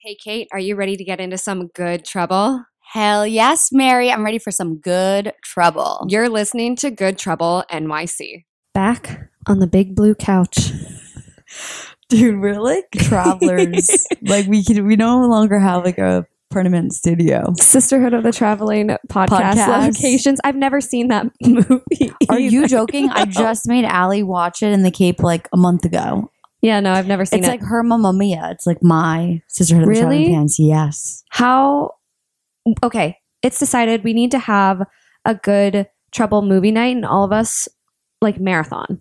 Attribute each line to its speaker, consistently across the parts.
Speaker 1: Hey, Kate, are you ready to get into some good trouble?
Speaker 2: Hell yes, Mary. I'm ready for some good trouble.
Speaker 1: You're listening to Good Trouble NYC.
Speaker 2: back on the big blue couch.
Speaker 3: Dude, we're like travelers. like we can, we no longer have like a permanent studio.
Speaker 1: Sisterhood of the Traveling podcast,
Speaker 3: Podcast.
Speaker 1: locations. I've never seen that movie.
Speaker 3: Are
Speaker 2: Are you
Speaker 1: either.
Speaker 2: joking? I just made Allie watch it in the Cape like a month ago.
Speaker 1: Yeah, no, I've never seen
Speaker 2: It's
Speaker 1: it.
Speaker 2: like her Mamma Mia. It's like my Sisterhood of the
Speaker 1: Really?
Speaker 2: Traveling Pants. Yes.
Speaker 1: How? Okay, it's decided we need to have a good trouble movie night, and all of us like marathon.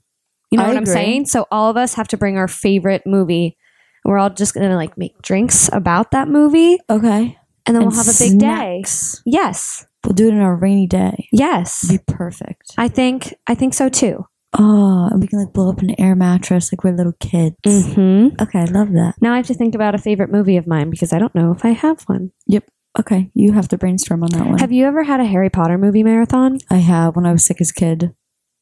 Speaker 1: You know
Speaker 3: I
Speaker 1: what I'm
Speaker 3: agree.
Speaker 1: saying? So all of us have to bring our favorite movie. and We're all just gonna like make drinks about that movie,
Speaker 3: Okay.
Speaker 1: and then
Speaker 3: And
Speaker 1: we'll have a big day.
Speaker 3: snacks.
Speaker 1: Yes,
Speaker 3: We'll do it on a rainy day.
Speaker 1: yes.
Speaker 3: It'd be perfect.
Speaker 1: I think I think so too.
Speaker 3: Oh, and we can like blow up an air mattress like we're little kids.
Speaker 2: Mm.
Speaker 1: Mm-hmm.
Speaker 3: Okay, I love that.
Speaker 1: Now I have to think about a favorite movie of mine because I don't know if I have one.
Speaker 3: Okay, you have to brainstorm on that one.
Speaker 1: Have you ever had a Harry Potter movie marathon?
Speaker 3: I have when I was sick as a kid.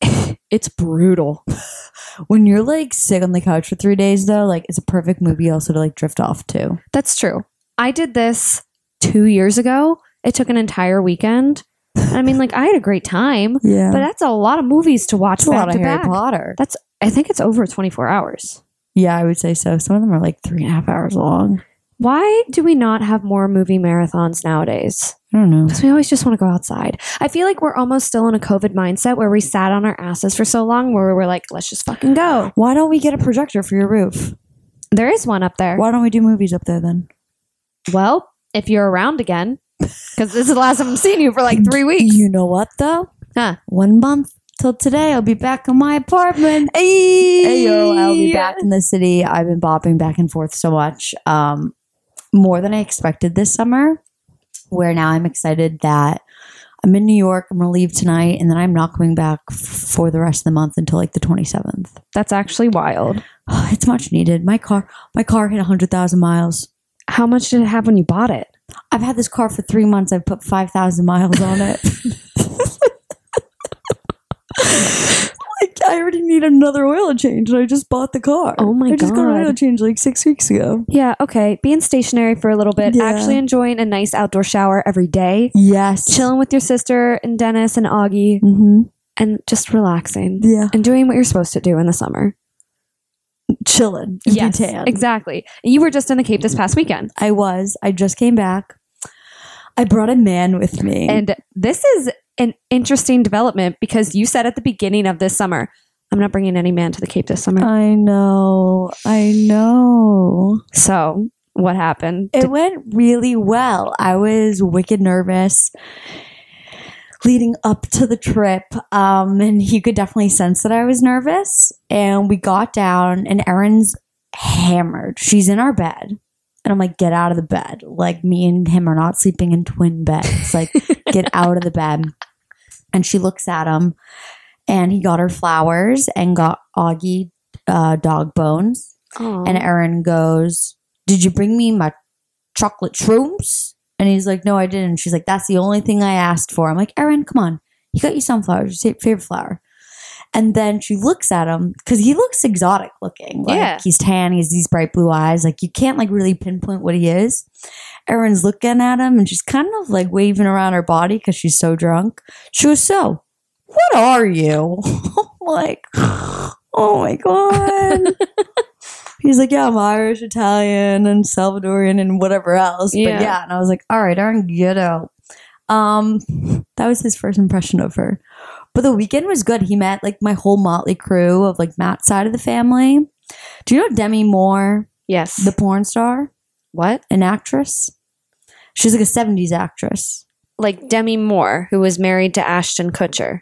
Speaker 3: it's brutal. when you're like sick on the couch for three days though, like it's a perfect movie also to like drift off to.
Speaker 1: That's true. I did this two years ago. It took an entire weekend. I mean, like I had a great time,
Speaker 3: Yeah.
Speaker 1: but that's a lot of movies to watch.
Speaker 3: It's a lot
Speaker 1: back
Speaker 3: of
Speaker 1: to
Speaker 3: Harry
Speaker 1: back.
Speaker 3: Potter.
Speaker 1: That's I think it's over twenty four hours.
Speaker 3: Yeah, I would say so. Some of them are like three and a half hours long.
Speaker 1: Why do we not have more movie marathons nowadays?
Speaker 3: I don't know.
Speaker 1: Because we always just want to go outside. I feel like we're almost still in a COVID mindset where we sat on our asses for so long where we were like, let's just fucking go.
Speaker 3: Why don't we get a projector for your roof?
Speaker 1: There is one up there.
Speaker 3: Why don't we do movies up there then?
Speaker 1: Well, if you're around again, because this is the last time I'm seeing you for like three weeks.
Speaker 3: You know what though?
Speaker 1: Huh.
Speaker 3: One month till today, I'll be back in my apartment. Hey, yo, I'll be back in the city. I've been bopping back and forth so much, um, more than I expected this summer. Where now I'm excited that I'm in New York. I'm gonna leave tonight, and then I'm not coming back f- for the rest of the month until like the 27th.
Speaker 1: That's actually wild.
Speaker 3: it's much needed. My car, my car hit 100,000 miles.
Speaker 1: How much did it have when you bought it?
Speaker 3: I've had this car for three months. I've put 5,000 miles on it. like, I already need another oil change, and I just bought the car.
Speaker 1: Oh my
Speaker 3: I just got an
Speaker 1: God.
Speaker 3: oil change like six weeks ago.
Speaker 1: Yeah, okay. Being stationary for a little bit,
Speaker 3: Yeah.
Speaker 1: actually enjoying a nice outdoor shower every day,
Speaker 3: Yes.
Speaker 1: chilling with your sister and Dennis and Augie,
Speaker 3: Mm-hmm.
Speaker 1: and just relaxing
Speaker 3: Yeah.
Speaker 1: and doing what you're supposed to do in the summer.
Speaker 3: Chilling. in Bhutan.
Speaker 1: exactly. And you were just in the Cape this past weekend.
Speaker 3: I was. I just came back. I brought a man with me.
Speaker 1: And this is an interesting development because you said at the beginning of this summer, I'm not bringing any man to the Cape this summer.
Speaker 3: I know. I know.
Speaker 1: so, what happened?
Speaker 3: It went really well. I was wicked nervous leading up to the trip. Um, and he could definitely sense that I was nervous. And we got down, and Erin's hammered. She's in our bed. And I'm like, get out of the bed. Like, me and him are not sleeping in twin beds. Like, get out of the bed. And she looks at him, and he got her flowers and got Augie uh, dog bones.
Speaker 1: Aw.
Speaker 3: And Erin goes, Did you bring me my chocolate shrooms? And he's like, No, I didn't. She's like, That's the only thing I asked for. I'm like, Erin, come on. He got you sunflowers, your sa- favorite flower. And then she looks at him because he looks exotic looking. Like
Speaker 1: Yeah.
Speaker 3: he's tan, he has these bright blue eyes. Like you can't like really pinpoint what he is. Erin's looking at him and she's kind of like waving around her body because she's so drunk. She goes, So, what are you? I'm like, Oh my God. He's like, Yeah, I'm Irish, Italian, and Salvadorian, and whatever else.
Speaker 1: Yeah.
Speaker 3: But yeah. And I was like, All right, Erin, get out. Um, that was his first impression of her. But the weekend was good. He met like my whole motley crew of like Matt's side of the family. Do you know Demi Moore,
Speaker 1: yes.
Speaker 3: the porn star,
Speaker 1: what?
Speaker 3: an actress? She's like a 70s actress.
Speaker 1: Like Demi Moore, who was married to Ashton Kutcher.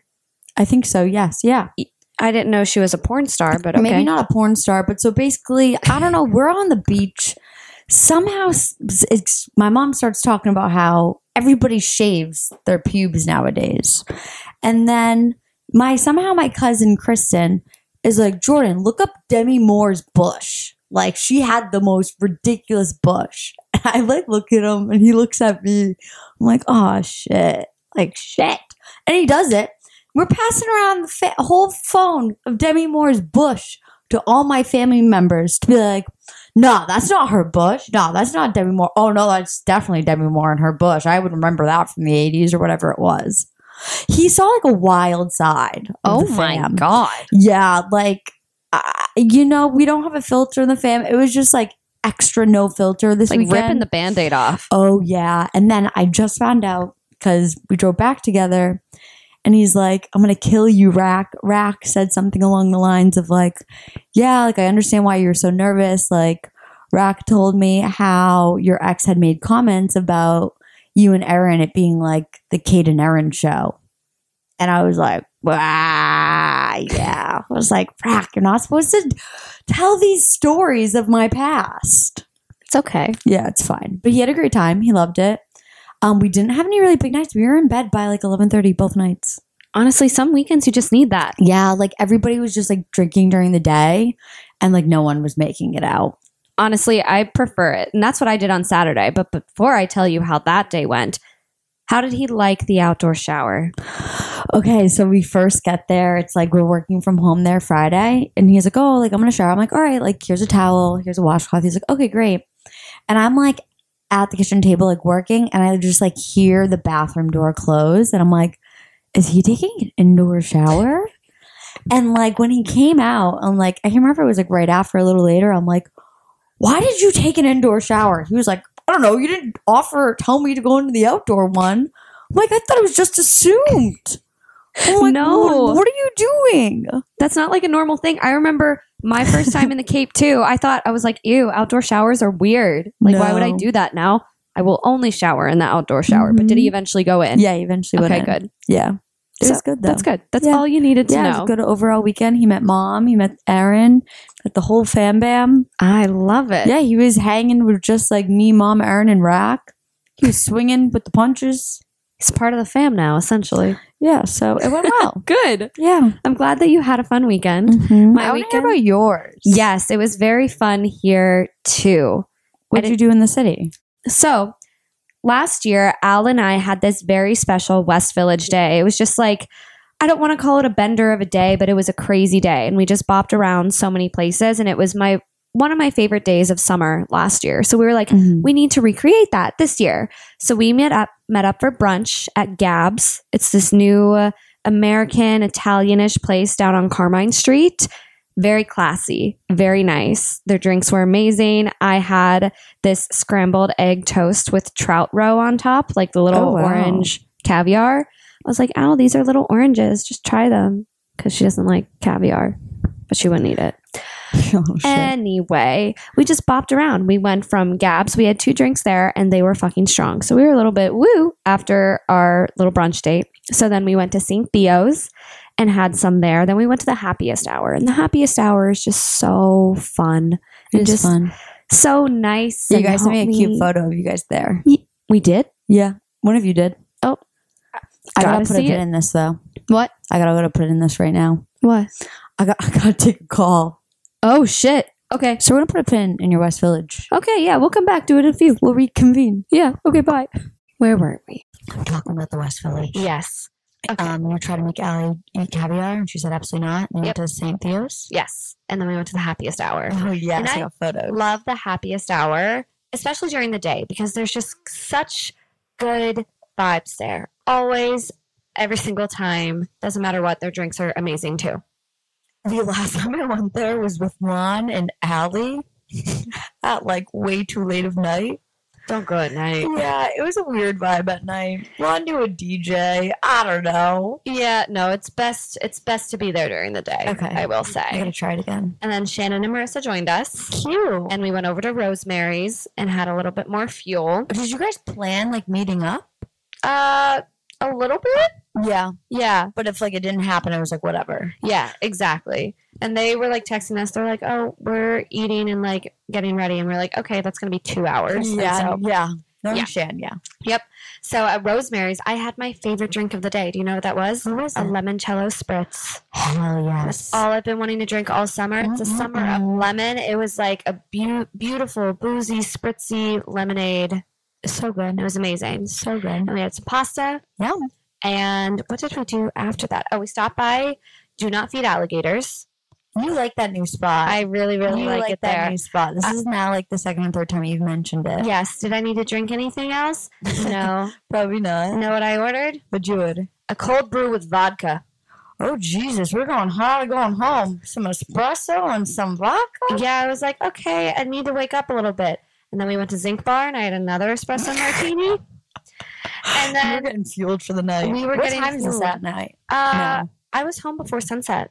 Speaker 3: I think so. Yes. Yeah.
Speaker 1: I didn't know she was a porn star, but okay.
Speaker 3: Maybe not a porn star, but so basically, I don't know. We're on the beach. Somehow, s- it's, my mom starts talking about how everybody shaves their pubes nowadays, and then my somehow my cousin Kristen is like, Jordan, look up Demi Moore's bush. Like she had the most ridiculous bush. And I like look at him, and he looks at me. I'm like, oh shit, like shit, and he does it. We're passing around the fa- whole phone of Demi Moore's bush to all my family members to be like, no, that's not her bush. No, that's not Demi Moore. Oh no, that's definitely Demi Moore and her bush. I would remember that from the eighties or whatever it was. He saw like a wild side. Of
Speaker 4: Oh
Speaker 3: the
Speaker 4: my
Speaker 3: fam.
Speaker 4: god.
Speaker 3: Yeah, like I you know, we don't have a filter in the fam. It was just like extra no filter this
Speaker 1: Like
Speaker 3: weekend.
Speaker 1: ripping the band aid off.
Speaker 3: Oh yeah. And then I just found out because we drove back together and he's like, I'm gonna kill you, Rack. Rack said something along the lines of like, Yeah, like I understand why you're so nervous. Like Rack told me how your ex had made comments about you and Erin it being like the Kate and Erin show. And I was like, Wow, yeah. I was like, Rack, you're not supposed to tell these stories of my past.
Speaker 1: It's okay.
Speaker 3: Yeah, it's fine. But he had a great time. He loved it. Um, we didn't have any really big nights. We were in bed by like eleven thirty both nights.
Speaker 1: Honestly, some weekends you just need that.
Speaker 3: Yeah, like everybody was just like drinking during the day, and like no one was making it out.
Speaker 1: Honestly, I prefer it. And that's what I did on Saturday. But before I tell you how that day went, how did he like the outdoor shower?
Speaker 3: Okay, so we first get there. It's like we're working from home there Friday, and he's like, "Oh, like I'm gonna shower." I'm like, "All right, like here's a towel, here's a washcloth." He's like, "Okay, great." And I'm like at the kitchen table, like working, and I just like hear the bathroom door close, and I'm like, "Is he taking an indoor shower?" and like when he came out, I'm like, I can't remember. It was like right after, a little later. I'm like, "Why did you take an indoor shower?" He was like, "I don't know. You didn't offer or tell me to go into the outdoor one." I'm like, I thought it was just assumed. I'm like,
Speaker 1: No.
Speaker 3: What, what are you doing?
Speaker 1: That's not like a normal thing. I remember my first time in the Cape too. I thought I was like, ew, outdoor showers are weird. Like, why would I
Speaker 3: No.
Speaker 1: do that now? I will only shower in the outdoor shower. But did he eventually go in?
Speaker 3: Mm-hmm. Yeah, he eventually went.
Speaker 1: Okay,
Speaker 3: in.
Speaker 1: good.
Speaker 3: Yeah. It
Speaker 1: So,
Speaker 3: was good though.
Speaker 1: That's good. That's
Speaker 3: Yeah.
Speaker 1: all you needed to
Speaker 3: Yeah, it
Speaker 1: know.
Speaker 3: was a good overall weekend. He met mom, he met Aaron, met the whole fam bam.
Speaker 1: I love it.
Speaker 3: Yeah, he was hanging with just like me, mom, Aaron, and Rack. He was swinging with the punches.
Speaker 1: He's part of the fam now, essentially.
Speaker 3: Yeah, so it went well.
Speaker 1: Good.
Speaker 3: yeah.
Speaker 1: I'm glad that you had a fun weekend.
Speaker 3: Mm-hmm.
Speaker 1: My
Speaker 3: I wanna hear
Speaker 1: weekend-
Speaker 3: about yours.
Speaker 1: Yes, it was very fun here too.
Speaker 3: What
Speaker 1: I
Speaker 3: did you do in the city?
Speaker 1: So last year, Al and I had this very special West Village day. It was just like, I don't want to call it a bender of a day, but it was a crazy day. And we just bopped around so many places. And it was my one of my favorite days of summer last year. So we were like,
Speaker 3: Mm-hmm.
Speaker 1: we need to recreate that this year. So we met up met up for brunch at Gab's. It's this new uh, American Italianish place down on Carmine Street. Very classy, very nice. Their drinks were amazing. I had this scrambled egg toast with trout roe on top, like the little
Speaker 3: Oh, wow.
Speaker 1: orange caviar. I was like, "Ow, these are little oranges. Just try them." Because she doesn't like caviar, but she wouldn't eat it.
Speaker 3: oh, shit.
Speaker 1: Anyway, we just bopped around. We went from Gab's. We had two drinks there and they were fucking strong. So we were a little bit woo after our little brunch date. So then we went to St. Theo's and had some there. Then we went to the happiest hour. And the happiest hour is just so fun.
Speaker 3: it
Speaker 1: And
Speaker 3: was
Speaker 1: just
Speaker 3: fun.
Speaker 1: so nice.
Speaker 3: You
Speaker 1: and
Speaker 3: guys sent me a cute
Speaker 1: homey.
Speaker 3: photo of you guys there.
Speaker 1: We did?
Speaker 3: Yeah, one of you did.
Speaker 1: Oh.
Speaker 3: I
Speaker 1: Gotta
Speaker 3: gotta put a
Speaker 1: see
Speaker 3: bit
Speaker 1: it.
Speaker 3: in this though.
Speaker 1: What?
Speaker 3: I gotta go to put in this right now.
Speaker 1: What?
Speaker 3: I got I gotta take a call.
Speaker 1: Oh shit. Okay.
Speaker 3: So we're gonna put a pin in your West Village.
Speaker 1: Okay, yeah, we'll come back to it in a few.
Speaker 3: We'll reconvene.
Speaker 1: Yeah. Okay, bye. Where were we?
Speaker 5: I'm talking about the West Village.
Speaker 1: Yes.
Speaker 5: Um, we were trying to make Allie eat caviar, and she said absolutely not. And we went to St. Theo's.
Speaker 1: Yes. And then we went to the happiest hour.
Speaker 5: Oh yes,
Speaker 1: And I-
Speaker 5: got photos.
Speaker 1: love the happiest hour, especially during the day, because there's just such good vibes there. Always, every single time. Doesn't matter what, their drinks are amazing too.
Speaker 5: The last time I went there was with Juan and Allie at like way too late of night. Oh,
Speaker 1: So good night.
Speaker 5: Yeah, it was a weird vibe at night. Juan knew a DJ. I don't know.
Speaker 1: Yeah, no, it's best it's best to be there during the day.
Speaker 5: Okay.
Speaker 1: I will
Speaker 5: I
Speaker 1: say.
Speaker 5: gotta try it again.
Speaker 1: And then Shannon and Marissa joined us.
Speaker 5: Cute.
Speaker 1: And we went over to Rosemary's and had a little bit more fuel.
Speaker 5: Did you guys plan like meeting up?
Speaker 1: Uh a little bit?
Speaker 5: Yeah,
Speaker 1: Yeah.
Speaker 5: but if like it didn't happen, I was like, whatever.
Speaker 1: Yeah, exactly. And they were like texting us. They're like, "Oh, we're eating and like getting ready," and we're like, "Okay, that's gonna be two hours." And So,
Speaker 5: yeah. No,
Speaker 1: Yeah.
Speaker 5: yeah. Shan, yeah.
Speaker 1: so at Rosemary's, I had my favorite drink of the day. Do you know what that was?
Speaker 5: What was
Speaker 1: A
Speaker 5: it?
Speaker 1: limoncello spritz.
Speaker 5: Hell
Speaker 1: That's all I've been wanting to drink all summer. It's a summer of
Speaker 5: Mm-mm-mm.
Speaker 1: lemon. It was like a beau beautiful, boozy, spritzy lemonade.
Speaker 5: So good.
Speaker 1: It was amazing.
Speaker 5: So good.
Speaker 1: And we had some pasta.
Speaker 5: Yeah.
Speaker 1: And what did we do after that? Oh, we stopped by Do Not Feed Alligators.
Speaker 3: You like that new spot.
Speaker 1: I really, really
Speaker 3: you
Speaker 1: like, it
Speaker 3: that
Speaker 1: there.
Speaker 3: new spot. This is now like the second or third time you've mentioned it.
Speaker 1: Yes. Did I need to drink anything else? No.
Speaker 3: Probably not,
Speaker 1: know what I ordered?
Speaker 3: but you would.
Speaker 1: A cold brew with vodka.
Speaker 3: Oh Jesus, we're going hard, going home. Some espresso and some vodka.
Speaker 1: Yeah, I was like, okay, I need to wake up a little bit. And then we went to Zinc Bar and I had another espresso martini. And
Speaker 3: We were
Speaker 1: then
Speaker 3: getting fueled for the night.
Speaker 1: we were
Speaker 3: what
Speaker 1: getting
Speaker 3: time is this
Speaker 1: fueled.
Speaker 3: at night?
Speaker 1: uh, I was home before sunset.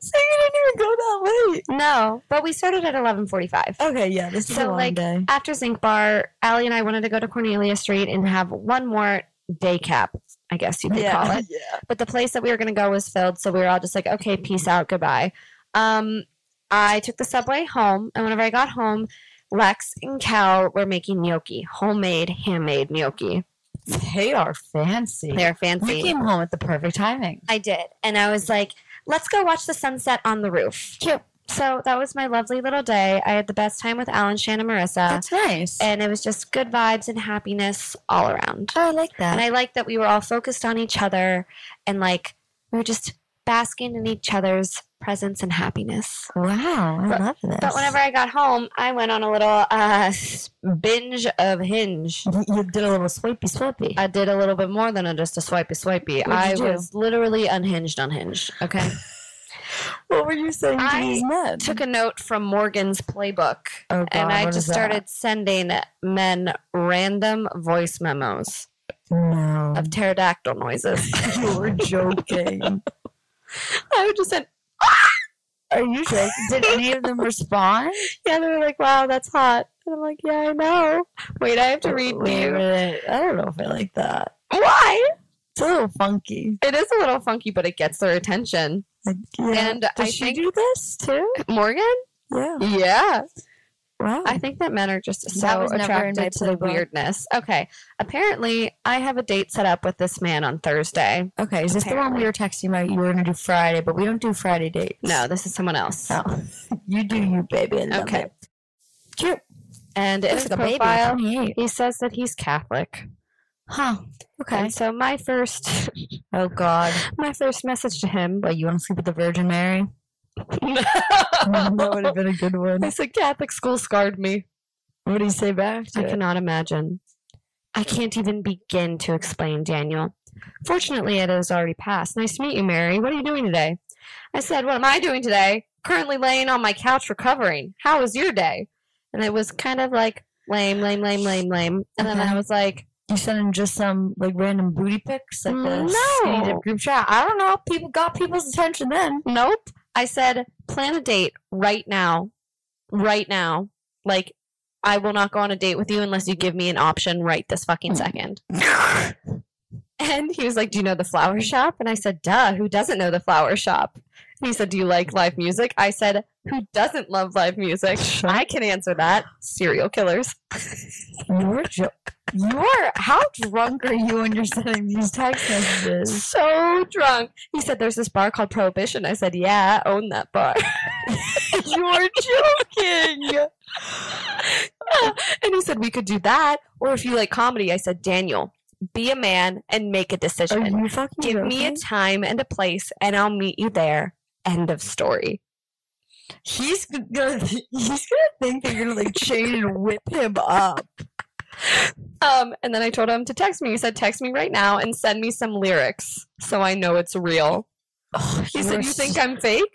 Speaker 3: so you didn't even go that late.
Speaker 1: No, but we started at 11:45.
Speaker 3: Okay, yeah, this is
Speaker 1: So,
Speaker 3: a long
Speaker 1: like,
Speaker 3: day.
Speaker 1: After Zinc Bar, Allie and I wanted to go to Cornelia Street and have one more day cap, I guess you could call it.
Speaker 3: yeah.
Speaker 1: But the place that we were going to go was filled, so we were all just like, "Okay, peace out, goodbye." Um, I took the subway home, and whenever I got home, Lex and Cal were making gnocchi, homemade, handmade gnocchi.
Speaker 3: They are fancy.
Speaker 1: They're fancy.
Speaker 3: we came home at the perfect timing.
Speaker 1: I did. And I was like, let's go watch the sunset on the roof.
Speaker 3: Cute.
Speaker 1: So that was my lovely little day. I had the best time with Alan, Shan, and Marissa.
Speaker 3: nice.
Speaker 1: And it was just good vibes and happiness all around.
Speaker 3: I like that.
Speaker 1: And I like that we were all focused on each other and like we were just basking in each other's presence and happiness.
Speaker 3: wow, I
Speaker 1: But-
Speaker 3: love this.
Speaker 1: But whenever I got home, I went on a little uh, binge of hinge.
Speaker 3: you did a little swipey swipey.
Speaker 1: I did a little bit more than a, just a swipey swipey.
Speaker 3: you
Speaker 1: I
Speaker 3: do?
Speaker 1: was literally unhinged, unhinged. Okay.
Speaker 3: What were you saying
Speaker 1: I
Speaker 3: men?
Speaker 1: took a note from Morgan's playbook
Speaker 3: oh, God,
Speaker 1: and I
Speaker 3: what is
Speaker 1: just
Speaker 3: that?
Speaker 1: started sending men random voice memos
Speaker 3: No,
Speaker 1: of pterodactyl noises.
Speaker 3: you were joking.
Speaker 1: I would just send,
Speaker 3: Are you joking? Did any of them respond?
Speaker 1: yeah, they were like, wow, that's hot. And I'm like, yeah, I know. Wait, I have to read
Speaker 3: Wait a
Speaker 1: you.
Speaker 3: minute. I don't know if I like that.
Speaker 1: Why?
Speaker 3: It's a little funky.
Speaker 1: It is a little funky, but it gets their attention.
Speaker 3: Like, yeah.
Speaker 1: And
Speaker 3: Does
Speaker 1: I
Speaker 3: she
Speaker 1: think-
Speaker 3: do this too?
Speaker 1: Morgan?
Speaker 3: Yeah.
Speaker 1: Yeah.
Speaker 3: Wow.
Speaker 1: I think that men are just
Speaker 3: That
Speaker 1: so
Speaker 3: was never in my
Speaker 1: attracted to the
Speaker 3: playbook.
Speaker 1: weirdness. Okay. Apparently, I have a date set up with this man on Thursday.
Speaker 3: okay, is this the one
Speaker 1: Apparently.
Speaker 3: we were texting about? You were gonna do Friday, but we don't do Friday dates.
Speaker 1: No, this is someone else.
Speaker 3: Oh, you do you, baby. I love
Speaker 1: Okay.
Speaker 3: it. Cute.
Speaker 1: And in his
Speaker 3: It's like a baby.
Speaker 1: profile,
Speaker 3: 28.
Speaker 1: he says that he's Catholic.
Speaker 3: Huh. Okay.
Speaker 1: And so my first
Speaker 3: Oh God.
Speaker 1: my first message to him
Speaker 3: What you want to sleep with the Virgin Mary? that would have been a good one.
Speaker 1: I said Catholic school scarred me.
Speaker 3: What do you say back to
Speaker 1: I
Speaker 3: it?
Speaker 1: cannot imagine. I can't even begin to explain, Daniel. Fortunately, it has already passed. Nice to meet you, Mary. What are you doing today? I said, What am I doing today? Currently laying on my couch recovering. How was your day? And it was kind of like lame, lame, lame, lame, lame. And then I
Speaker 3: Okay.
Speaker 1: was like,
Speaker 3: You sending just some like random booty pics like the
Speaker 1: No.
Speaker 3: skinny dip group chat. I don't know. People got people's attention then.
Speaker 1: Nope. I said, plan a date right now. Right now. Like, I will not go on a date with you unless you give me an option right this fucking second. And he was like, Do you know the flower shop? And I said, Duh, who doesn't know the flower shop? And he said, Do you like live music? I said, Who doesn't love live music? I can answer that. Serial killers.
Speaker 3: you were jo- you were how drunk are you when you're sending these text messages?
Speaker 1: So drunk. He said, There's this bar called Prohibition. I said, Yeah, I own that bar.
Speaker 3: you were joking.
Speaker 1: and he said we could do that or if you like comedy i said daniel be a man and make a
Speaker 3: Are
Speaker 1: decision
Speaker 3: you fucking
Speaker 1: give me a
Speaker 3: joking?
Speaker 1: time and a place and i'll meet you there end of story
Speaker 3: he's gonna he's gonna think that you're gonna like chain and whip him up.
Speaker 1: um, and then i told him to text me he said text me right now and send me some lyrics so i know it's real he
Speaker 3: You
Speaker 1: said
Speaker 3: are
Speaker 1: you think i'm fake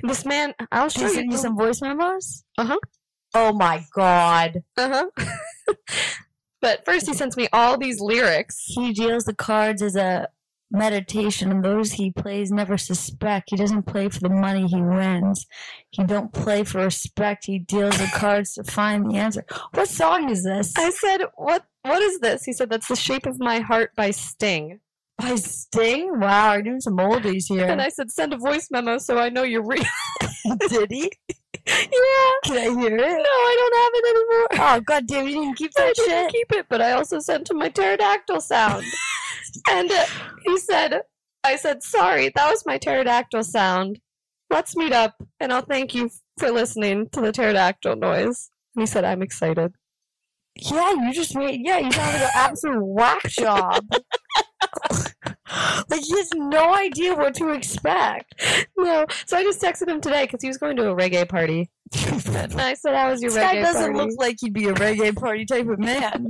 Speaker 1: Oh, this man i'll show
Speaker 3: Did he send
Speaker 1: you
Speaker 3: you some voice memos?
Speaker 1: Uh-huh.
Speaker 3: Oh my god.
Speaker 1: uh-huh. but first he sends me all these lyrics
Speaker 3: He deals the cards as a meditation and those he plays never suspect. He doesn't play for the money he wins. He don't play for respect. He deals the cards to find the answer. What song is this?
Speaker 1: i said what what is this he said that's the shape of my heart by sting
Speaker 3: By Sting? Wow, we're doing some oldies
Speaker 1: And
Speaker 3: here.
Speaker 1: I said, send a voice memo so I know you're real.
Speaker 3: Did he?
Speaker 1: yeah.
Speaker 3: Can I hear
Speaker 1: No,
Speaker 3: it?
Speaker 1: I don't have it anymore.
Speaker 3: Oh god damn, you didn't keep
Speaker 1: I
Speaker 3: that
Speaker 1: didn't
Speaker 3: shit.
Speaker 1: keep it, but I also sent him my pterodactyl sound. and uh, he said, I said, sorry, that was my pterodactyl sound. Let's meet up and I'll thank you for listening to the pterodactyl noise. And he said, I'm excited.
Speaker 3: Yeah, you just made yeah, you sounded like an absolute whack job. Like he has no idea what to expect.
Speaker 1: No. So I just texted him today because he was going to a reggae party. and I said, "How was your
Speaker 3: This
Speaker 1: reggae
Speaker 3: guy doesn't
Speaker 1: party?"
Speaker 3: look like he'd be a reggae party type of man.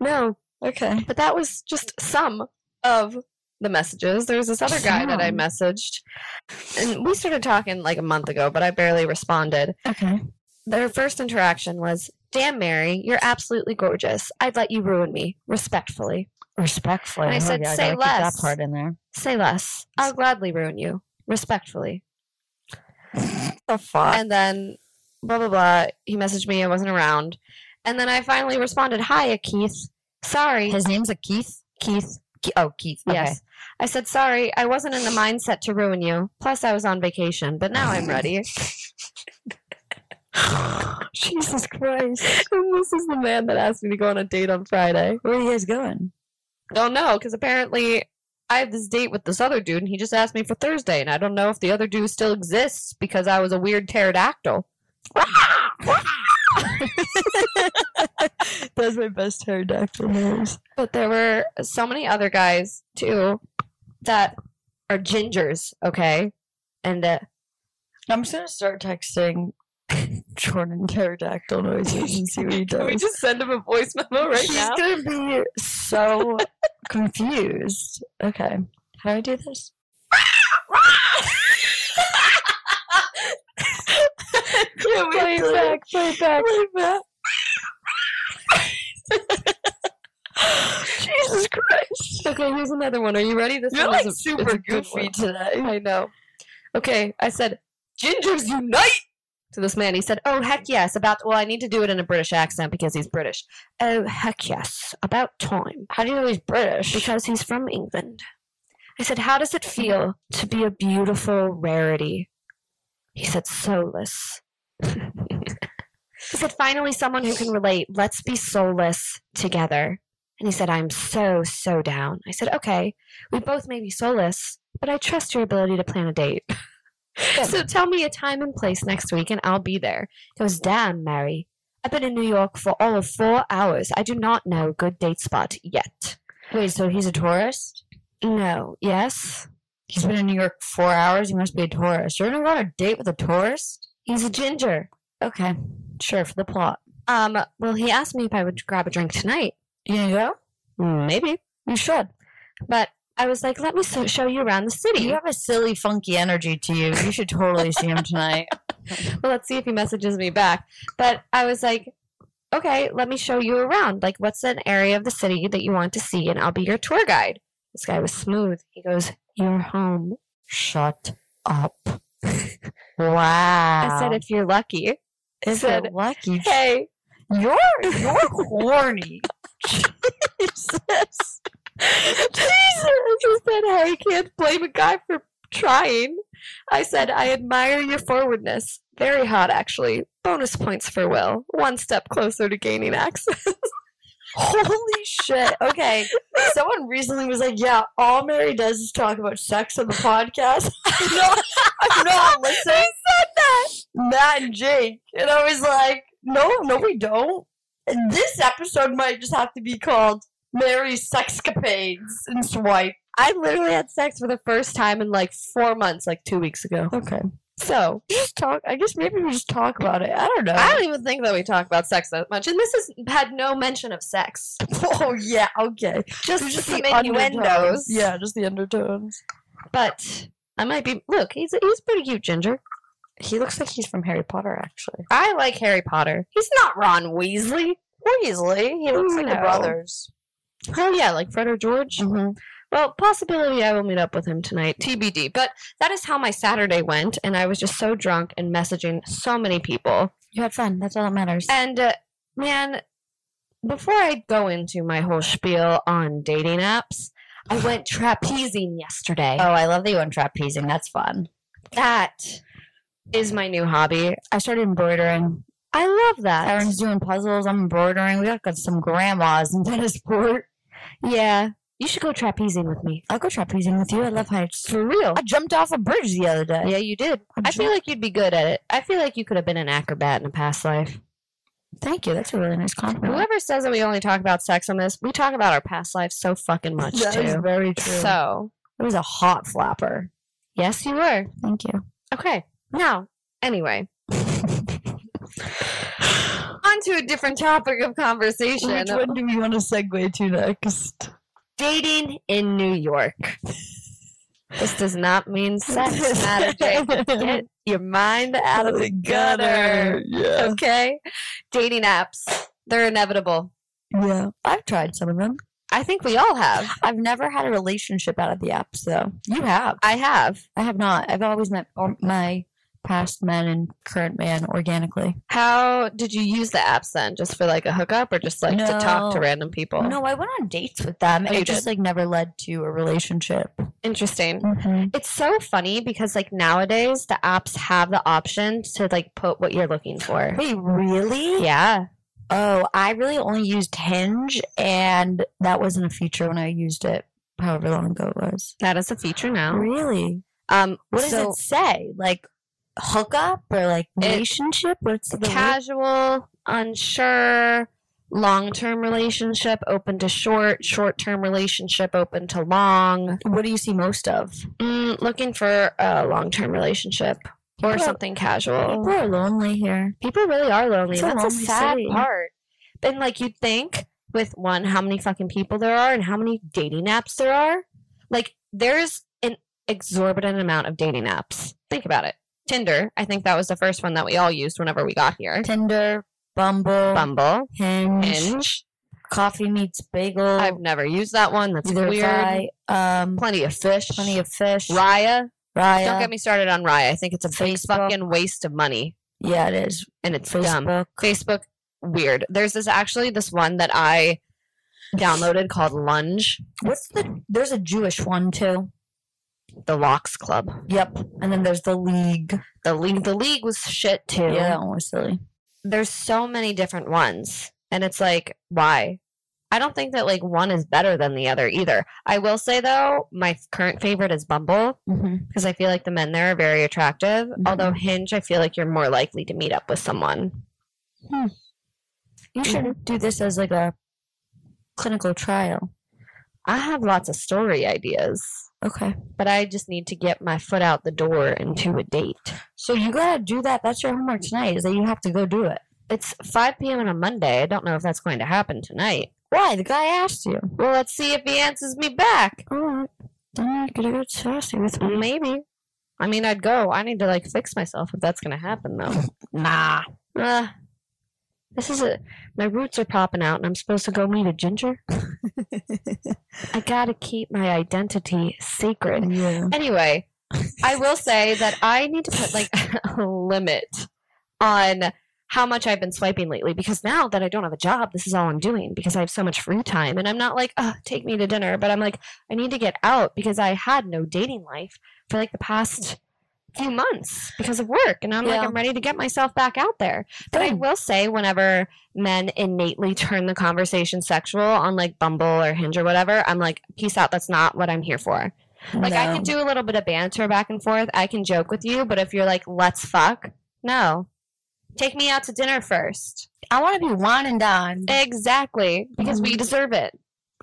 Speaker 1: no,
Speaker 3: Okay.
Speaker 1: but that was just some of the messages. There was this other guy that I messaged, and we started talking like a month ago, but I barely responded.
Speaker 3: Okay.
Speaker 1: Their first interaction was, "Damn, Mary, you're absolutely gorgeous. I'd let you ruin me, respectfully.
Speaker 3: Respectfully.
Speaker 1: And I
Speaker 3: Oh,
Speaker 1: said,
Speaker 3: yeah,
Speaker 1: "Say
Speaker 3: gotta keep that
Speaker 1: less."
Speaker 3: part in there.
Speaker 1: Say less. I'll gladly ruin you, respectfully."
Speaker 3: The fuck.
Speaker 1: and then blah blah blah. He messaged me. I wasn't around, and then I finally responded, "Hi, Keith. Sorry,
Speaker 3: His name's a Keith.
Speaker 1: Keith.
Speaker 3: Ke- oh, Keith. Okay.
Speaker 1: Yes, I said sorry. I wasn't in the mindset to ruin you. Plus, I was on vacation, but now I'm ready."
Speaker 3: Jesus Christ.
Speaker 1: and this is the man that asked me to go on a date on Friday.
Speaker 3: Where are you guys going?
Speaker 1: Don't know because apparently. I have this date with this other dude, and he just asked me for Thursday, and I don't know if the other dude still exists because I was a weird pterodactyl.
Speaker 3: That's my best pterodactyl nose.
Speaker 1: But there were so many other guys too that are gingers, okay? And uh,
Speaker 3: I'm just gonna start texting Jordan pterodactyl noises and see what he does.
Speaker 1: just send him a voice memo right
Speaker 3: She's gonna be so confused. Okay, how do I do this? yeah, play it back. Play it back. Play it back. Jesus Christ!
Speaker 1: Okay, here's another one. Are you ready? This
Speaker 3: You're
Speaker 1: one
Speaker 3: like
Speaker 1: is a- is
Speaker 3: super
Speaker 1: a good
Speaker 3: goofy
Speaker 1: one.
Speaker 3: today.
Speaker 1: I know. Okay, I said, "Gingers unite!" to this man. He said, "Oh heck yes!" About well, I need to do it in a British accent because he's British. Oh heck yes! About time.
Speaker 3: How do you know he's British?
Speaker 1: because he's from England. I said, How does it feel to be a beautiful rarity? He said, Soulless. he said, Finally, someone who can relate. Let's be soulless together. And he said, I'm so, so down. I said, Okay, we both may be soulless, but I trust your ability to plan a date. so tell me a time and place next week, and I'll be there. He goes, Damn, Mary. I've been in New York for all of four hours. I do not know a good date spot yet.
Speaker 3: Wait, so he's a tourist?
Speaker 1: No. Yes.
Speaker 3: He's been in New York four hours. He must be a tourist. You're gonna go on a date with a tourist?
Speaker 1: He's a ginger.
Speaker 3: Okay, sure for the plot.
Speaker 1: Um. Well, he asked me if I would grab a drink tonight.
Speaker 3: You gonna go?
Speaker 1: Mm, Maybe.
Speaker 3: You should.
Speaker 1: But I was like, let me so- show you around the city.
Speaker 3: You have a silly, funky energy to you. You should totally see him tonight.
Speaker 1: Well, let's see if he messages me back. But I was like, okay, let me show you around. Like, what's an area of the city that you want to see, and I'll be your tour guide. This guy was smooth. He goes, you're home.
Speaker 3: Shut up. Wow.
Speaker 1: I said, if you're lucky.
Speaker 3: Is
Speaker 1: said-
Speaker 3: it lucky?
Speaker 1: Hey.
Speaker 3: You're you're horny.
Speaker 1: Jesus. Jesus said how he can't blame a guy for trying. I said, I admire your forwardness. Very hot, actually. Bonus points for Will. One step closer to gaining access.
Speaker 3: Holy shit. Okay. Someone recently was like, yeah, all Mary does is talk about sex on the podcast. I'm not, I'm not listening. said that. Matt and Jake. And I was like, no, no, we don't. And this episode might just have to be called Mary's Sexcapades and Swipe.
Speaker 1: I literally had sex for the first time in like four months, like two weeks ago.
Speaker 3: Okay.
Speaker 1: So
Speaker 3: Just talk. I guess maybe we just talk about it. I don't know.
Speaker 1: I don't even think that we talk about sex that much. And this has had no mention of sex.
Speaker 3: oh, yeah. Okay.
Speaker 1: Just,
Speaker 3: There's
Speaker 1: some
Speaker 3: the undertones.
Speaker 1: innuendos.
Speaker 3: Yeah, just the undertones.
Speaker 1: But I might be look, he's he's pretty cute, Ginger.
Speaker 3: He looks like he's from Harry Potter, actually.
Speaker 1: I like Harry Potter. He's not Ron Weasley.
Speaker 3: Weasley. He looks like the
Speaker 1: No. Mm.
Speaker 3: brothers.
Speaker 1: Oh yeah, like Fred or George.
Speaker 3: Mm-hmm.
Speaker 1: Well, possibility I will meet up with him tonight, TBD. But that is how my Saturday went, and I was just so drunk and messaging so many people.
Speaker 3: You had fun. That's all that matters.
Speaker 1: And uh, man, before I go into my whole spiel on dating apps, I went trapezing yesterday.
Speaker 3: oh, I love that you went trapezing. That's fun.
Speaker 1: That is my new hobby.
Speaker 3: I started embroidering.
Speaker 1: I love that.
Speaker 3: Aaron's doing puzzles. I'm embroidering. We got some grandmas in Dennisport.
Speaker 1: yeah, you should go trapezing with me
Speaker 3: I'll go trapezing with you. I love heights.
Speaker 1: for real.
Speaker 3: I jumped off a bridge the other day.
Speaker 1: Yeah, you did.
Speaker 3: I'm
Speaker 1: I feel
Speaker 3: sure-
Speaker 1: like you'd be good at it. I feel like you could have been an acrobat in a past life.
Speaker 3: Thank you. That's a really nice compliment.
Speaker 1: Whoever says that we only talk about sex on this, we talk about our past lives so fucking much
Speaker 3: That is
Speaker 1: too.
Speaker 3: very true.
Speaker 1: So
Speaker 3: it was a hot flapper.
Speaker 1: yes, you were.
Speaker 3: Thank you.
Speaker 1: Okay. Now, anyway. On to a different topic of conversation.
Speaker 3: Which one do we want to segue to next?
Speaker 1: dating in New York. this does not mean sex, Matter Jake. Get your mind out of the gutter.
Speaker 3: Yeah.
Speaker 1: Okay? Dating apps, they're inevitable.
Speaker 3: Yeah. I've tried some of them.
Speaker 1: I think we all have.
Speaker 3: I've never had a relationship out of the apps, though. You have.
Speaker 1: I have.
Speaker 3: I have not. I've always met all my past men and current man organically.
Speaker 1: How did you use the apps then? Just for like a hookup or just like to talk to
Speaker 3: No.
Speaker 1: random people?
Speaker 3: No, I went on dates with them.
Speaker 1: Oh,
Speaker 3: it
Speaker 1: you
Speaker 3: just like never led to a relationship. Mm.
Speaker 1: Interesting. It's so funny because like nowadays the apps have the option to like put what you're looking for.
Speaker 3: Wait, really?
Speaker 1: Yeah.
Speaker 3: Oh, I really only used Hinge, and that wasn't a feature when I used it, however long ago it was.
Speaker 1: That is a feature now.
Speaker 3: Really?
Speaker 1: Um
Speaker 3: What
Speaker 1: Oh. so
Speaker 3: does it say? Like hookup or like
Speaker 1: It-
Speaker 3: relationship? What's the word?
Speaker 1: casual, unsure, long term relationship, open to short, short term relationship, open to long,
Speaker 3: What do you see most of?
Speaker 1: mm, looking for a long term relationship or
Speaker 3: People-
Speaker 1: something casual.
Speaker 3: People are lonely here.
Speaker 1: People really are lonely.
Speaker 3: It's a
Speaker 1: That's a
Speaker 3: lonely
Speaker 1: sad
Speaker 3: city.
Speaker 1: part. And like you'd think with one, how many fucking people there are and how many dating apps there are. Like there's an exorbitant amount of dating apps. Think about it. Tinder, I think that was the first one that we all used whenever we got here.
Speaker 3: Tinder, Bumble,
Speaker 1: Bumble,
Speaker 3: Hinge,
Speaker 1: Hinge.
Speaker 3: Coffee Meets Bagel.
Speaker 1: I've never used that one. That's
Speaker 3: Neither
Speaker 1: weird.
Speaker 3: have I. Um,
Speaker 1: Plenty of fish.
Speaker 3: plenty of fish.
Speaker 1: Raya.
Speaker 3: Raya.
Speaker 1: Don't get me started on Raya. I think it's a big
Speaker 3: Facebook.
Speaker 1: fucking waste of money,
Speaker 3: yeah, it is.
Speaker 1: and it's dumb.
Speaker 3: Facebook.
Speaker 1: Facebook, weird. There's this actually this one that I downloaded called Lunge,
Speaker 3: What's the? There's a Jewish one too.
Speaker 1: the Locks Club.
Speaker 3: Yep. And then there's the League.
Speaker 1: The league, the league was shit too.
Speaker 3: Yeah, that one was silly.
Speaker 1: There's so many different ones, and it's like, why? I don't think that like one is better than the other either. I will say though, my current favorite is Bumble.
Speaker 3: Mm-hmm.
Speaker 1: because I feel like the men there are very attractive. Although Hinge, I feel like you're more likely to meet up with someone.
Speaker 3: You should do this as like a clinical trial.
Speaker 1: I have lots of story ideas,
Speaker 3: Okay.
Speaker 1: but I just need to get my foot out the door into a date.
Speaker 3: So you gotta do that. That's your homework tonight. Is that you have to go do it.
Speaker 1: It's 5 p.m. on a Monday. I don't know if that's going to happen tonight.
Speaker 3: Why? The guy asked you.
Speaker 1: Well, let's see if he answers me back.
Speaker 3: All right. Then you're gonna go sassy with me.
Speaker 1: Maybe. I mean, I'd go. I need to like fix myself if that's going to happen though.
Speaker 3: Nah.
Speaker 1: Ugh. this is a my roots are popping out and I'm supposed to go meet a ginger. I got to keep my identity sacred.
Speaker 3: Yeah.
Speaker 1: Anyway, I will say that I need to put like a limit on how much I've been swiping lately because now that I don't have a job, this is all I'm doing because I have so much free time and I'm not like, "Oh, take me to dinner," but I'm like, I need to get out because I had no dating life for like the past few months because of work and I'm like
Speaker 3: Yeah.
Speaker 1: I'm ready to get myself back out there. But I
Speaker 3: Good.
Speaker 1: will say whenever men innately turn the conversation sexual on like Bumble or Hinge or whatever, I'm like, peace out, that's not what I'm here for. Like I can do a little bit of banter back and forth. I can joke with you, but if you're like, let's fuck, no. Take me out to dinner first.
Speaker 3: I want to be one and done.
Speaker 1: Exactly. Because we deserve it.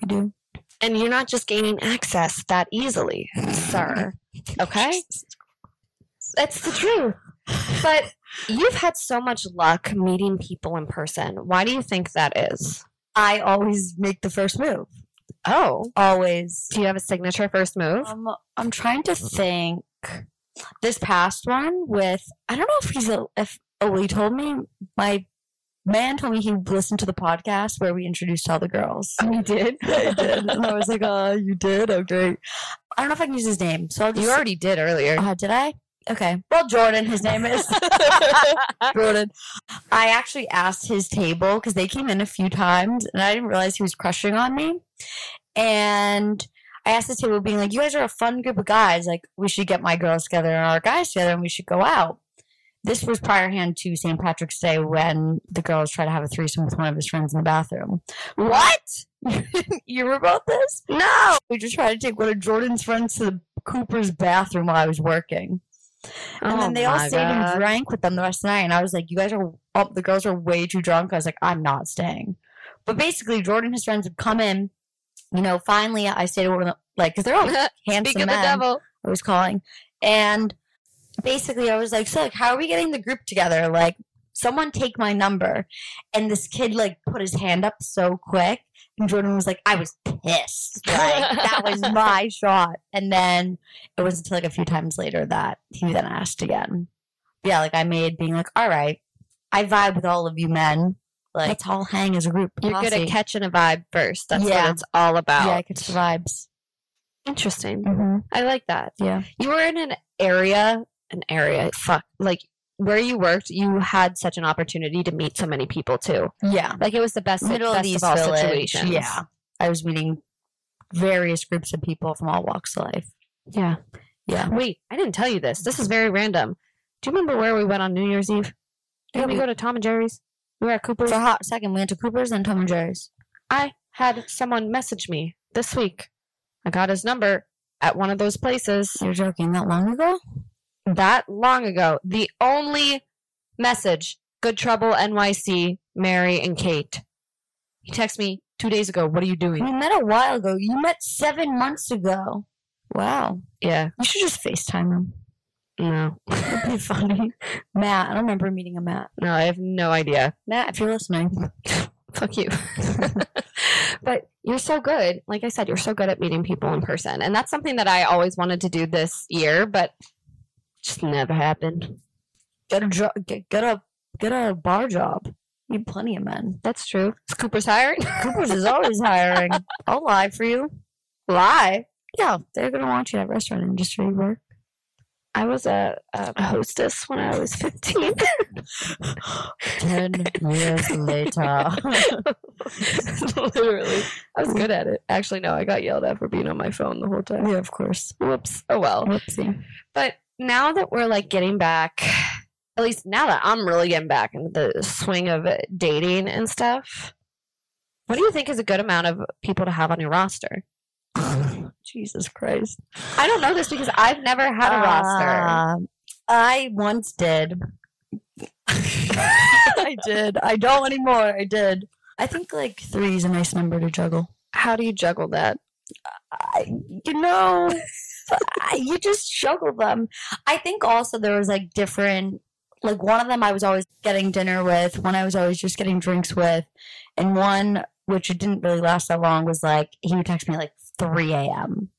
Speaker 3: Mm-hmm. We do.
Speaker 1: And you're not just gaining access that easily, sir. Okay? That's the truth. But you've had so much luck meeting people in person. Why do you think that is?
Speaker 3: I always make the first move.
Speaker 1: Oh.
Speaker 3: Always.
Speaker 1: Do you have a signature first move?
Speaker 3: Um, I'm trying to think. This past one with I don't know if he's a, if oh he told me my man told me he listened to the podcast where we introduced all the girls.
Speaker 1: You Oh, did?
Speaker 3: I did, and I was like, "Oh, you did? Oh, great." I don't know if I can use his name, so I'll just.
Speaker 1: You already did earlier.
Speaker 3: Uh, did I? Okay. Well, Jordan, his name is Jordan. I actually asked his table because they came in a few times, and I didn't realize he was crushing on me. And I asked the table, being like, "You guys are a fun group of guys. Like, we should get my girls together and our guys together, and we should go out." This was prior hand to St. Patrick's Day when the girls tried to have a threesome with one of his friends in the bathroom. What? you were about this? No. We just tried to take one of Jordan's friends to the Cooper's bathroom
Speaker 1: Oh
Speaker 3: while I was working. And then they all stayed and drank with them the rest of the night. And I was like, you guys are up. The girls were way too drunk. I was like, I'm not staying. But basically, Jordan and his friends would come in. You know, finally, I stayed with one of the, like, because they're all handsome
Speaker 1: Speak of the
Speaker 3: men.
Speaker 1: devil.
Speaker 3: I was calling. And basically, I was like, so, like, how are we getting the group together? Like, someone take my number. And this kid, like, put his hand up so quick. And Jordan was like, I was pissed. Like, that was my shot. And then it wasn't until, like, a few times later that he then asked again. Yeah, like, I made being like, all right, I vibe with all of you men. Like, let's all hang as a group.
Speaker 1: You're good
Speaker 3: posse."
Speaker 1: at catching a vibe first. That's
Speaker 3: Yeah.
Speaker 1: what it's all about.
Speaker 3: Yeah, I could vibes.
Speaker 1: Interesting.
Speaker 3: Mm-hmm.
Speaker 1: I like that.
Speaker 3: Yeah.
Speaker 1: You were in an area, an area, fuck, like where you worked, you had such an opportunity to meet so many people too.
Speaker 3: Yeah.
Speaker 1: Like it was the best,
Speaker 3: middle
Speaker 1: best
Speaker 3: of these
Speaker 1: all
Speaker 3: village.
Speaker 1: situations.
Speaker 3: Yeah, I was meeting various groups of people from all walks of life.
Speaker 1: Yeah.
Speaker 3: Yeah.
Speaker 1: Wait, I didn't tell you this. This is very random. Do you remember where we went on New Year's Eve? Did
Speaker 3: Yeah,
Speaker 1: we
Speaker 3: we-
Speaker 1: go to Tom and Jerry's? We were at Cooper's.
Speaker 3: For a hot second, we went to Cooper's and Tom and Jerry's.
Speaker 1: I had someone message me this week. I got his number at one of those places
Speaker 3: You're joking? That long ago?
Speaker 1: that long ago. The only message, Good Trouble NYC, Mary and Kate. He texted me two days ago. What are you
Speaker 3: We
Speaker 1: doing?
Speaker 3: met a while ago. You met seven months ago. Wow.
Speaker 1: Yeah,
Speaker 3: You should just Facetime him.
Speaker 1: no,
Speaker 3: That'd be funny. Matt, I don't remember meeting a Matt.
Speaker 1: no, I have no idea.
Speaker 3: Matt, if you're listening,
Speaker 1: Fuck you. but you're so good. Like I said, you're so good at meeting people in person, and that's something that I always wanted to do this year, but just never happened.
Speaker 3: get a jo- get, get a get a bar job. You plenty of men.
Speaker 1: That's true. Is Cooper's hiring.
Speaker 3: Cooper's is always hiring. I'll lie for you.
Speaker 1: Lie.
Speaker 3: Yeah, they're gonna want you at restaurant industry work.
Speaker 1: I was a, a hostess when I was 15.
Speaker 3: 10 years later.
Speaker 1: Literally. I was good at it. Actually, no, I got yelled at for being on my phone the whole time.
Speaker 3: yeah, of course.
Speaker 1: Whoops. Oh well.
Speaker 3: Whoopsie.
Speaker 1: But now that we're like getting back, at least now that I'm really getting back into the swing of dating and stuff, what do you think is a good amount of people to have on your roster?
Speaker 3: Jesus Christ.
Speaker 1: I don't know this because I've never had a roster.
Speaker 3: Um, I once did. I did. I don't anymore. I did. I think like three is a nice number to juggle.
Speaker 1: How do you juggle that?
Speaker 3: I, you know, I- you just juggle them. I think also there was like different, like one of them I was always getting dinner with, one I was always just getting drinks with, and one which it didn't really last that long was like he would text me at, like 3 a.m.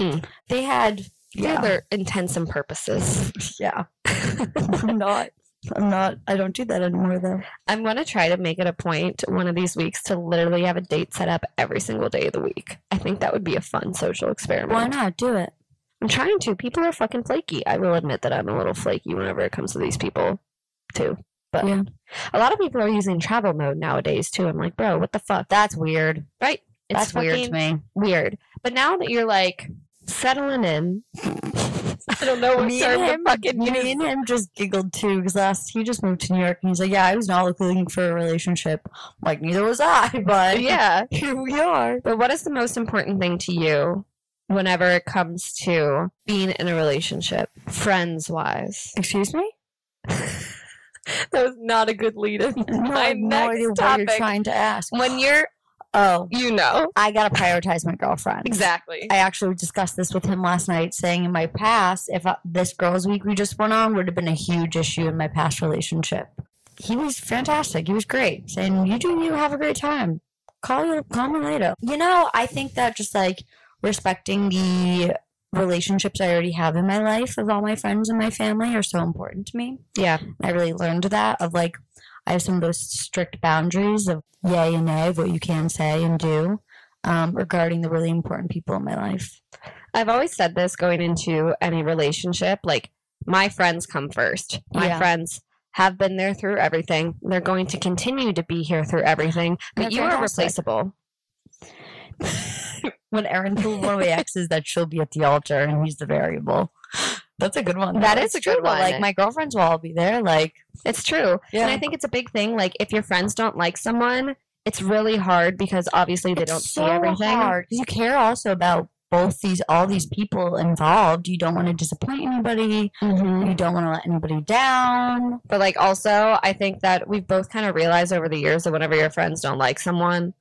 Speaker 1: Mm.
Speaker 3: They had,
Speaker 1: Yeah.
Speaker 3: yeah,
Speaker 1: their intents and purposes.
Speaker 3: yeah. I'm not, I'm not, I don't do that anymore though.
Speaker 1: I'm going to try to make it a point one of these weeks to literally have a date set up every single day of the week. I think that would be a fun social experiment.
Speaker 3: Why not do it?
Speaker 1: I'm trying to. People are fucking flaky. I will admit that I'm a little flaky whenever it comes to these people, too. But
Speaker 3: Yeah.
Speaker 1: a lot of people are using travel mode nowadays, too. I'm like, bro, what the fuck?
Speaker 3: That's weird.
Speaker 1: Right? It's
Speaker 3: That's weird to
Speaker 1: fucking
Speaker 3: me.
Speaker 1: Weird. But now that you're like settling in, I don't know what
Speaker 3: Me
Speaker 1: term
Speaker 3: and
Speaker 1: to
Speaker 3: him-
Speaker 1: fucking use.
Speaker 3: Me and him just giggled too because last he just moved to New York and he's like, "Yeah, I was not looking for a relationship. I'm like neither was I, but
Speaker 1: yeah.
Speaker 3: here we are."
Speaker 1: But what is the most important thing to you whenever it comes to being in a relationship, friends wise?
Speaker 3: Excuse me.
Speaker 1: That was not a good lead in.
Speaker 3: No, I
Speaker 1: My
Speaker 3: have no
Speaker 1: next
Speaker 3: idea what
Speaker 1: topic.
Speaker 3: you're trying to ask.
Speaker 1: when you're,
Speaker 3: Oh,
Speaker 1: you know.
Speaker 3: I gotta prioritize my girlfriend.
Speaker 1: Exactly.
Speaker 3: I actually discussed this with him last night, saying in my past, if I, this girls' week we just went on would have been a huge issue in my past relationship. He was fantastic. He was great, saying, "You do you have a great time. Call you, call me later." You know, I think that just like respecting the relationships I already have in my life of all my friends and my family are so important to me.
Speaker 1: Yeah.
Speaker 3: I really learned that of like I have some of those strict boundaries of yay and nay of what you can say and do um, regarding the really important people in my life.
Speaker 1: I've always said this going into any relationship like, my friends come first. My
Speaker 3: Yeah.
Speaker 1: friends have been there through everything. They're going to continue to be here through everything, but
Speaker 3: They're
Speaker 1: you are
Speaker 3: fantastic.
Speaker 1: replaceable.
Speaker 3: When Erin told one of my exes that she'll be at the altar and he's the variable. That's a good one.
Speaker 1: That
Speaker 3: though.
Speaker 1: is a
Speaker 3: It's true,
Speaker 1: good
Speaker 3: though.
Speaker 1: one.
Speaker 3: Like my girlfriends will all be there. Like
Speaker 1: It's true.
Speaker 3: yeah,
Speaker 1: And I think it's a big thing. Like, if your friends don't like someone, it's really hard because obviously they don't see everything.
Speaker 3: Hard. 'cause You care also about both these all these people involved. You don't want to disappoint anybody. You don't want to let anybody down.
Speaker 1: Mm-hmm. But like also, I think that we've both kind of realized over the years that whenever your friends don't like someone,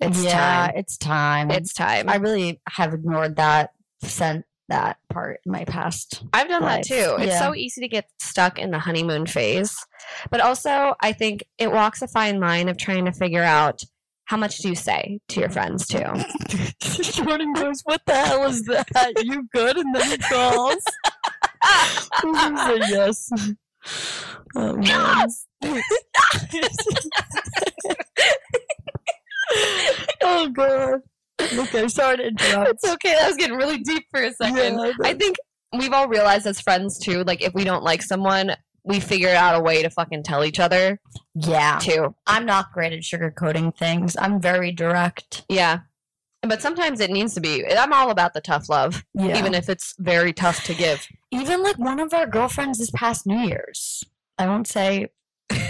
Speaker 1: it's
Speaker 3: yeah,
Speaker 1: time.
Speaker 3: it's time.
Speaker 1: It's time.
Speaker 3: I really have ignored that sent that part in my past.
Speaker 1: I've done that
Speaker 3: life.
Speaker 1: too. It's so easy to get stuck in the honeymoon phase. But also, I think it walks a fine line of trying to figure out how much do you say to your friends too.
Speaker 3: Jordan goes, "What the hell is that? You good?" And then he calls. yes. Oh, yes. oh god. Okay, sorry to interrupt.
Speaker 1: It's okay. That was getting really deep for a second.
Speaker 3: Yeah,
Speaker 1: I think we've all realized as friends too, like if we don't like someone, we figure out a way to fucking tell each other
Speaker 3: yeah.
Speaker 1: too.
Speaker 3: I'm not great at sugarcoating things. I'm very direct.
Speaker 1: Yeah. But sometimes it needs to be. I'm all about the tough love,
Speaker 3: Yeah.
Speaker 1: even if it's very tough to give.
Speaker 3: even like one of our girlfriends this past New Year's. I won't say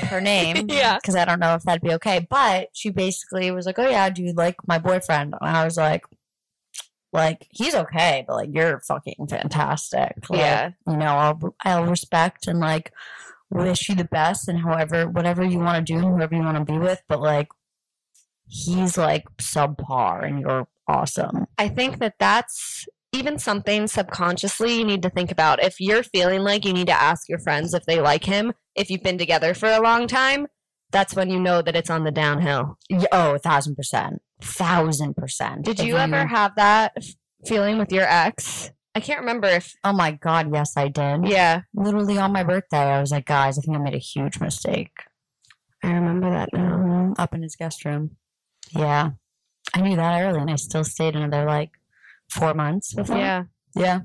Speaker 3: her name
Speaker 1: Yeah.
Speaker 3: because I don't know if that'd be okay. But she basically was like, "Oh yeah, do you like my boyfriend?" And I was like, "Like he's okay, but like you're fucking fantastic. Like,
Speaker 1: Yeah.
Speaker 3: you know, I'll I'll respect and like wish you the best and however whatever you want to do and whoever you want to be with, but like he's like subpar and you're awesome.
Speaker 1: I think that that's even something subconsciously you need to think about. If you're feeling like you need to ask your friends if they like him, if you've been together for a long time, that's when you know that it's on the downhill.
Speaker 3: Y- Oh, a thousand percent, thousand percent.
Speaker 1: Did
Speaker 3: If
Speaker 1: you ever have that f- feeling with your ex? I can't remember if.
Speaker 3: Oh my god, yes, I did.
Speaker 1: Yeah.
Speaker 3: Literally on my birthday, I was like, guys, I think I made a huge mistake.
Speaker 1: I remember that now.
Speaker 3: Mhm, Up in his guest room. Yeah. I knew that early and I still stayed another like four months with him.
Speaker 1: Yeah.
Speaker 3: Yeah.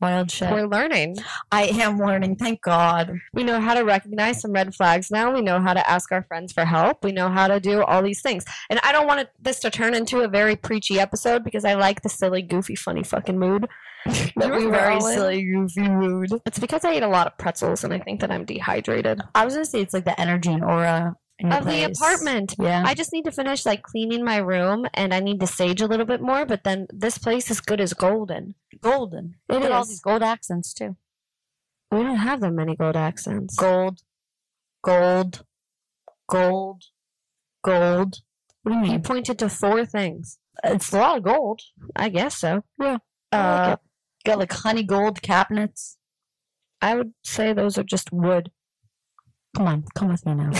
Speaker 3: Wild shit.
Speaker 1: We're learning.
Speaker 3: I am learning, thank God.
Speaker 1: We know how to recognize some red flags now. We know how to ask our friends for help. We know how to do all these things. And I don't want it- this to turn into a very preachy episode because I like the silly, goofy, funny fucking mood. But we were all in.
Speaker 3: goofy mood.
Speaker 1: It's because I ate a lot of pretzels and I think that I'm dehydrated.
Speaker 3: I was gonna say it's like the energy and aura in your
Speaker 1: Of the
Speaker 3: place.
Speaker 1: apartment.
Speaker 3: Yeah.
Speaker 1: I just need to finish like cleaning my room and I need to sage a little bit more, but then this place is good as golden.
Speaker 3: golden. Look
Speaker 1: It
Speaker 3: at all
Speaker 1: is.
Speaker 3: these gold accents too.
Speaker 1: We don't have that many gold accents.
Speaker 3: Gold, gold, gold, gold. What do you
Speaker 1: You pointed to four things.
Speaker 3: It's a lot of gold.
Speaker 1: I guess so. I
Speaker 3: Uh,
Speaker 1: like
Speaker 3: got like honey gold cabinets.
Speaker 1: I would say those are just wood.
Speaker 3: Come on, come with me now.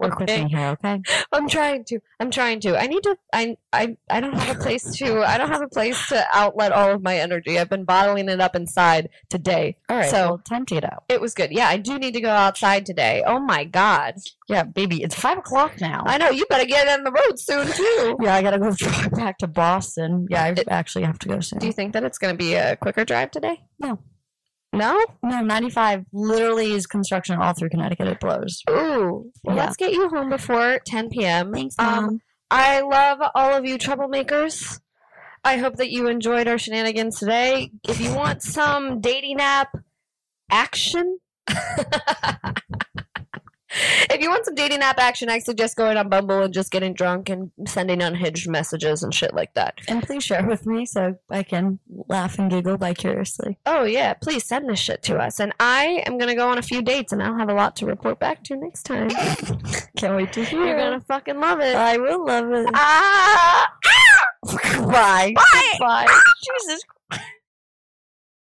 Speaker 3: Work with
Speaker 1: Okay.
Speaker 3: me here, okay?
Speaker 1: I'm trying to. I'm trying to. I need to. I. I. I don't have a place to. I don't have a place to outlet all of my energy. I've been bottling it up inside today.
Speaker 3: All right. So
Speaker 1: So-
Speaker 3: well, time to get out.
Speaker 1: It was good. Yeah, I do need to go outside today. Oh my god!
Speaker 3: Yeah, baby, it's five o'clock now.
Speaker 1: I know you better get on the road soon too.
Speaker 3: yeah, I gotta go drive back to Boston. Yeah, I
Speaker 1: It-
Speaker 3: actually have to go soon.
Speaker 1: Do you think that it's going to be a quicker drive today?
Speaker 3: No.
Speaker 1: No.
Speaker 3: no, ninety-five literally is construction all through Connecticut. It blows.
Speaker 1: Ooh. Well,
Speaker 3: Yeah.
Speaker 1: Let's get you home before 10 p.m.
Speaker 3: Thanks,
Speaker 1: Um,
Speaker 3: mom.
Speaker 1: I love all of you troublemakers. I hope that you enjoyed our shenanigans today. If you want some dating app action, if you want some dating app action, I suggest going on Bumble and just getting drunk and sending unhinged messages and shit like that.
Speaker 3: and please share with me so I can laugh and giggle vicariously.
Speaker 1: Oh, yeah, please send this shit to us. And I am going to go on a few dates and I'll have a lot to report back to next time.
Speaker 3: Can't wait to hear.
Speaker 1: You're going to fucking love it.
Speaker 3: I will love it.
Speaker 1: Ah!
Speaker 3: Bye. Bye. Jesus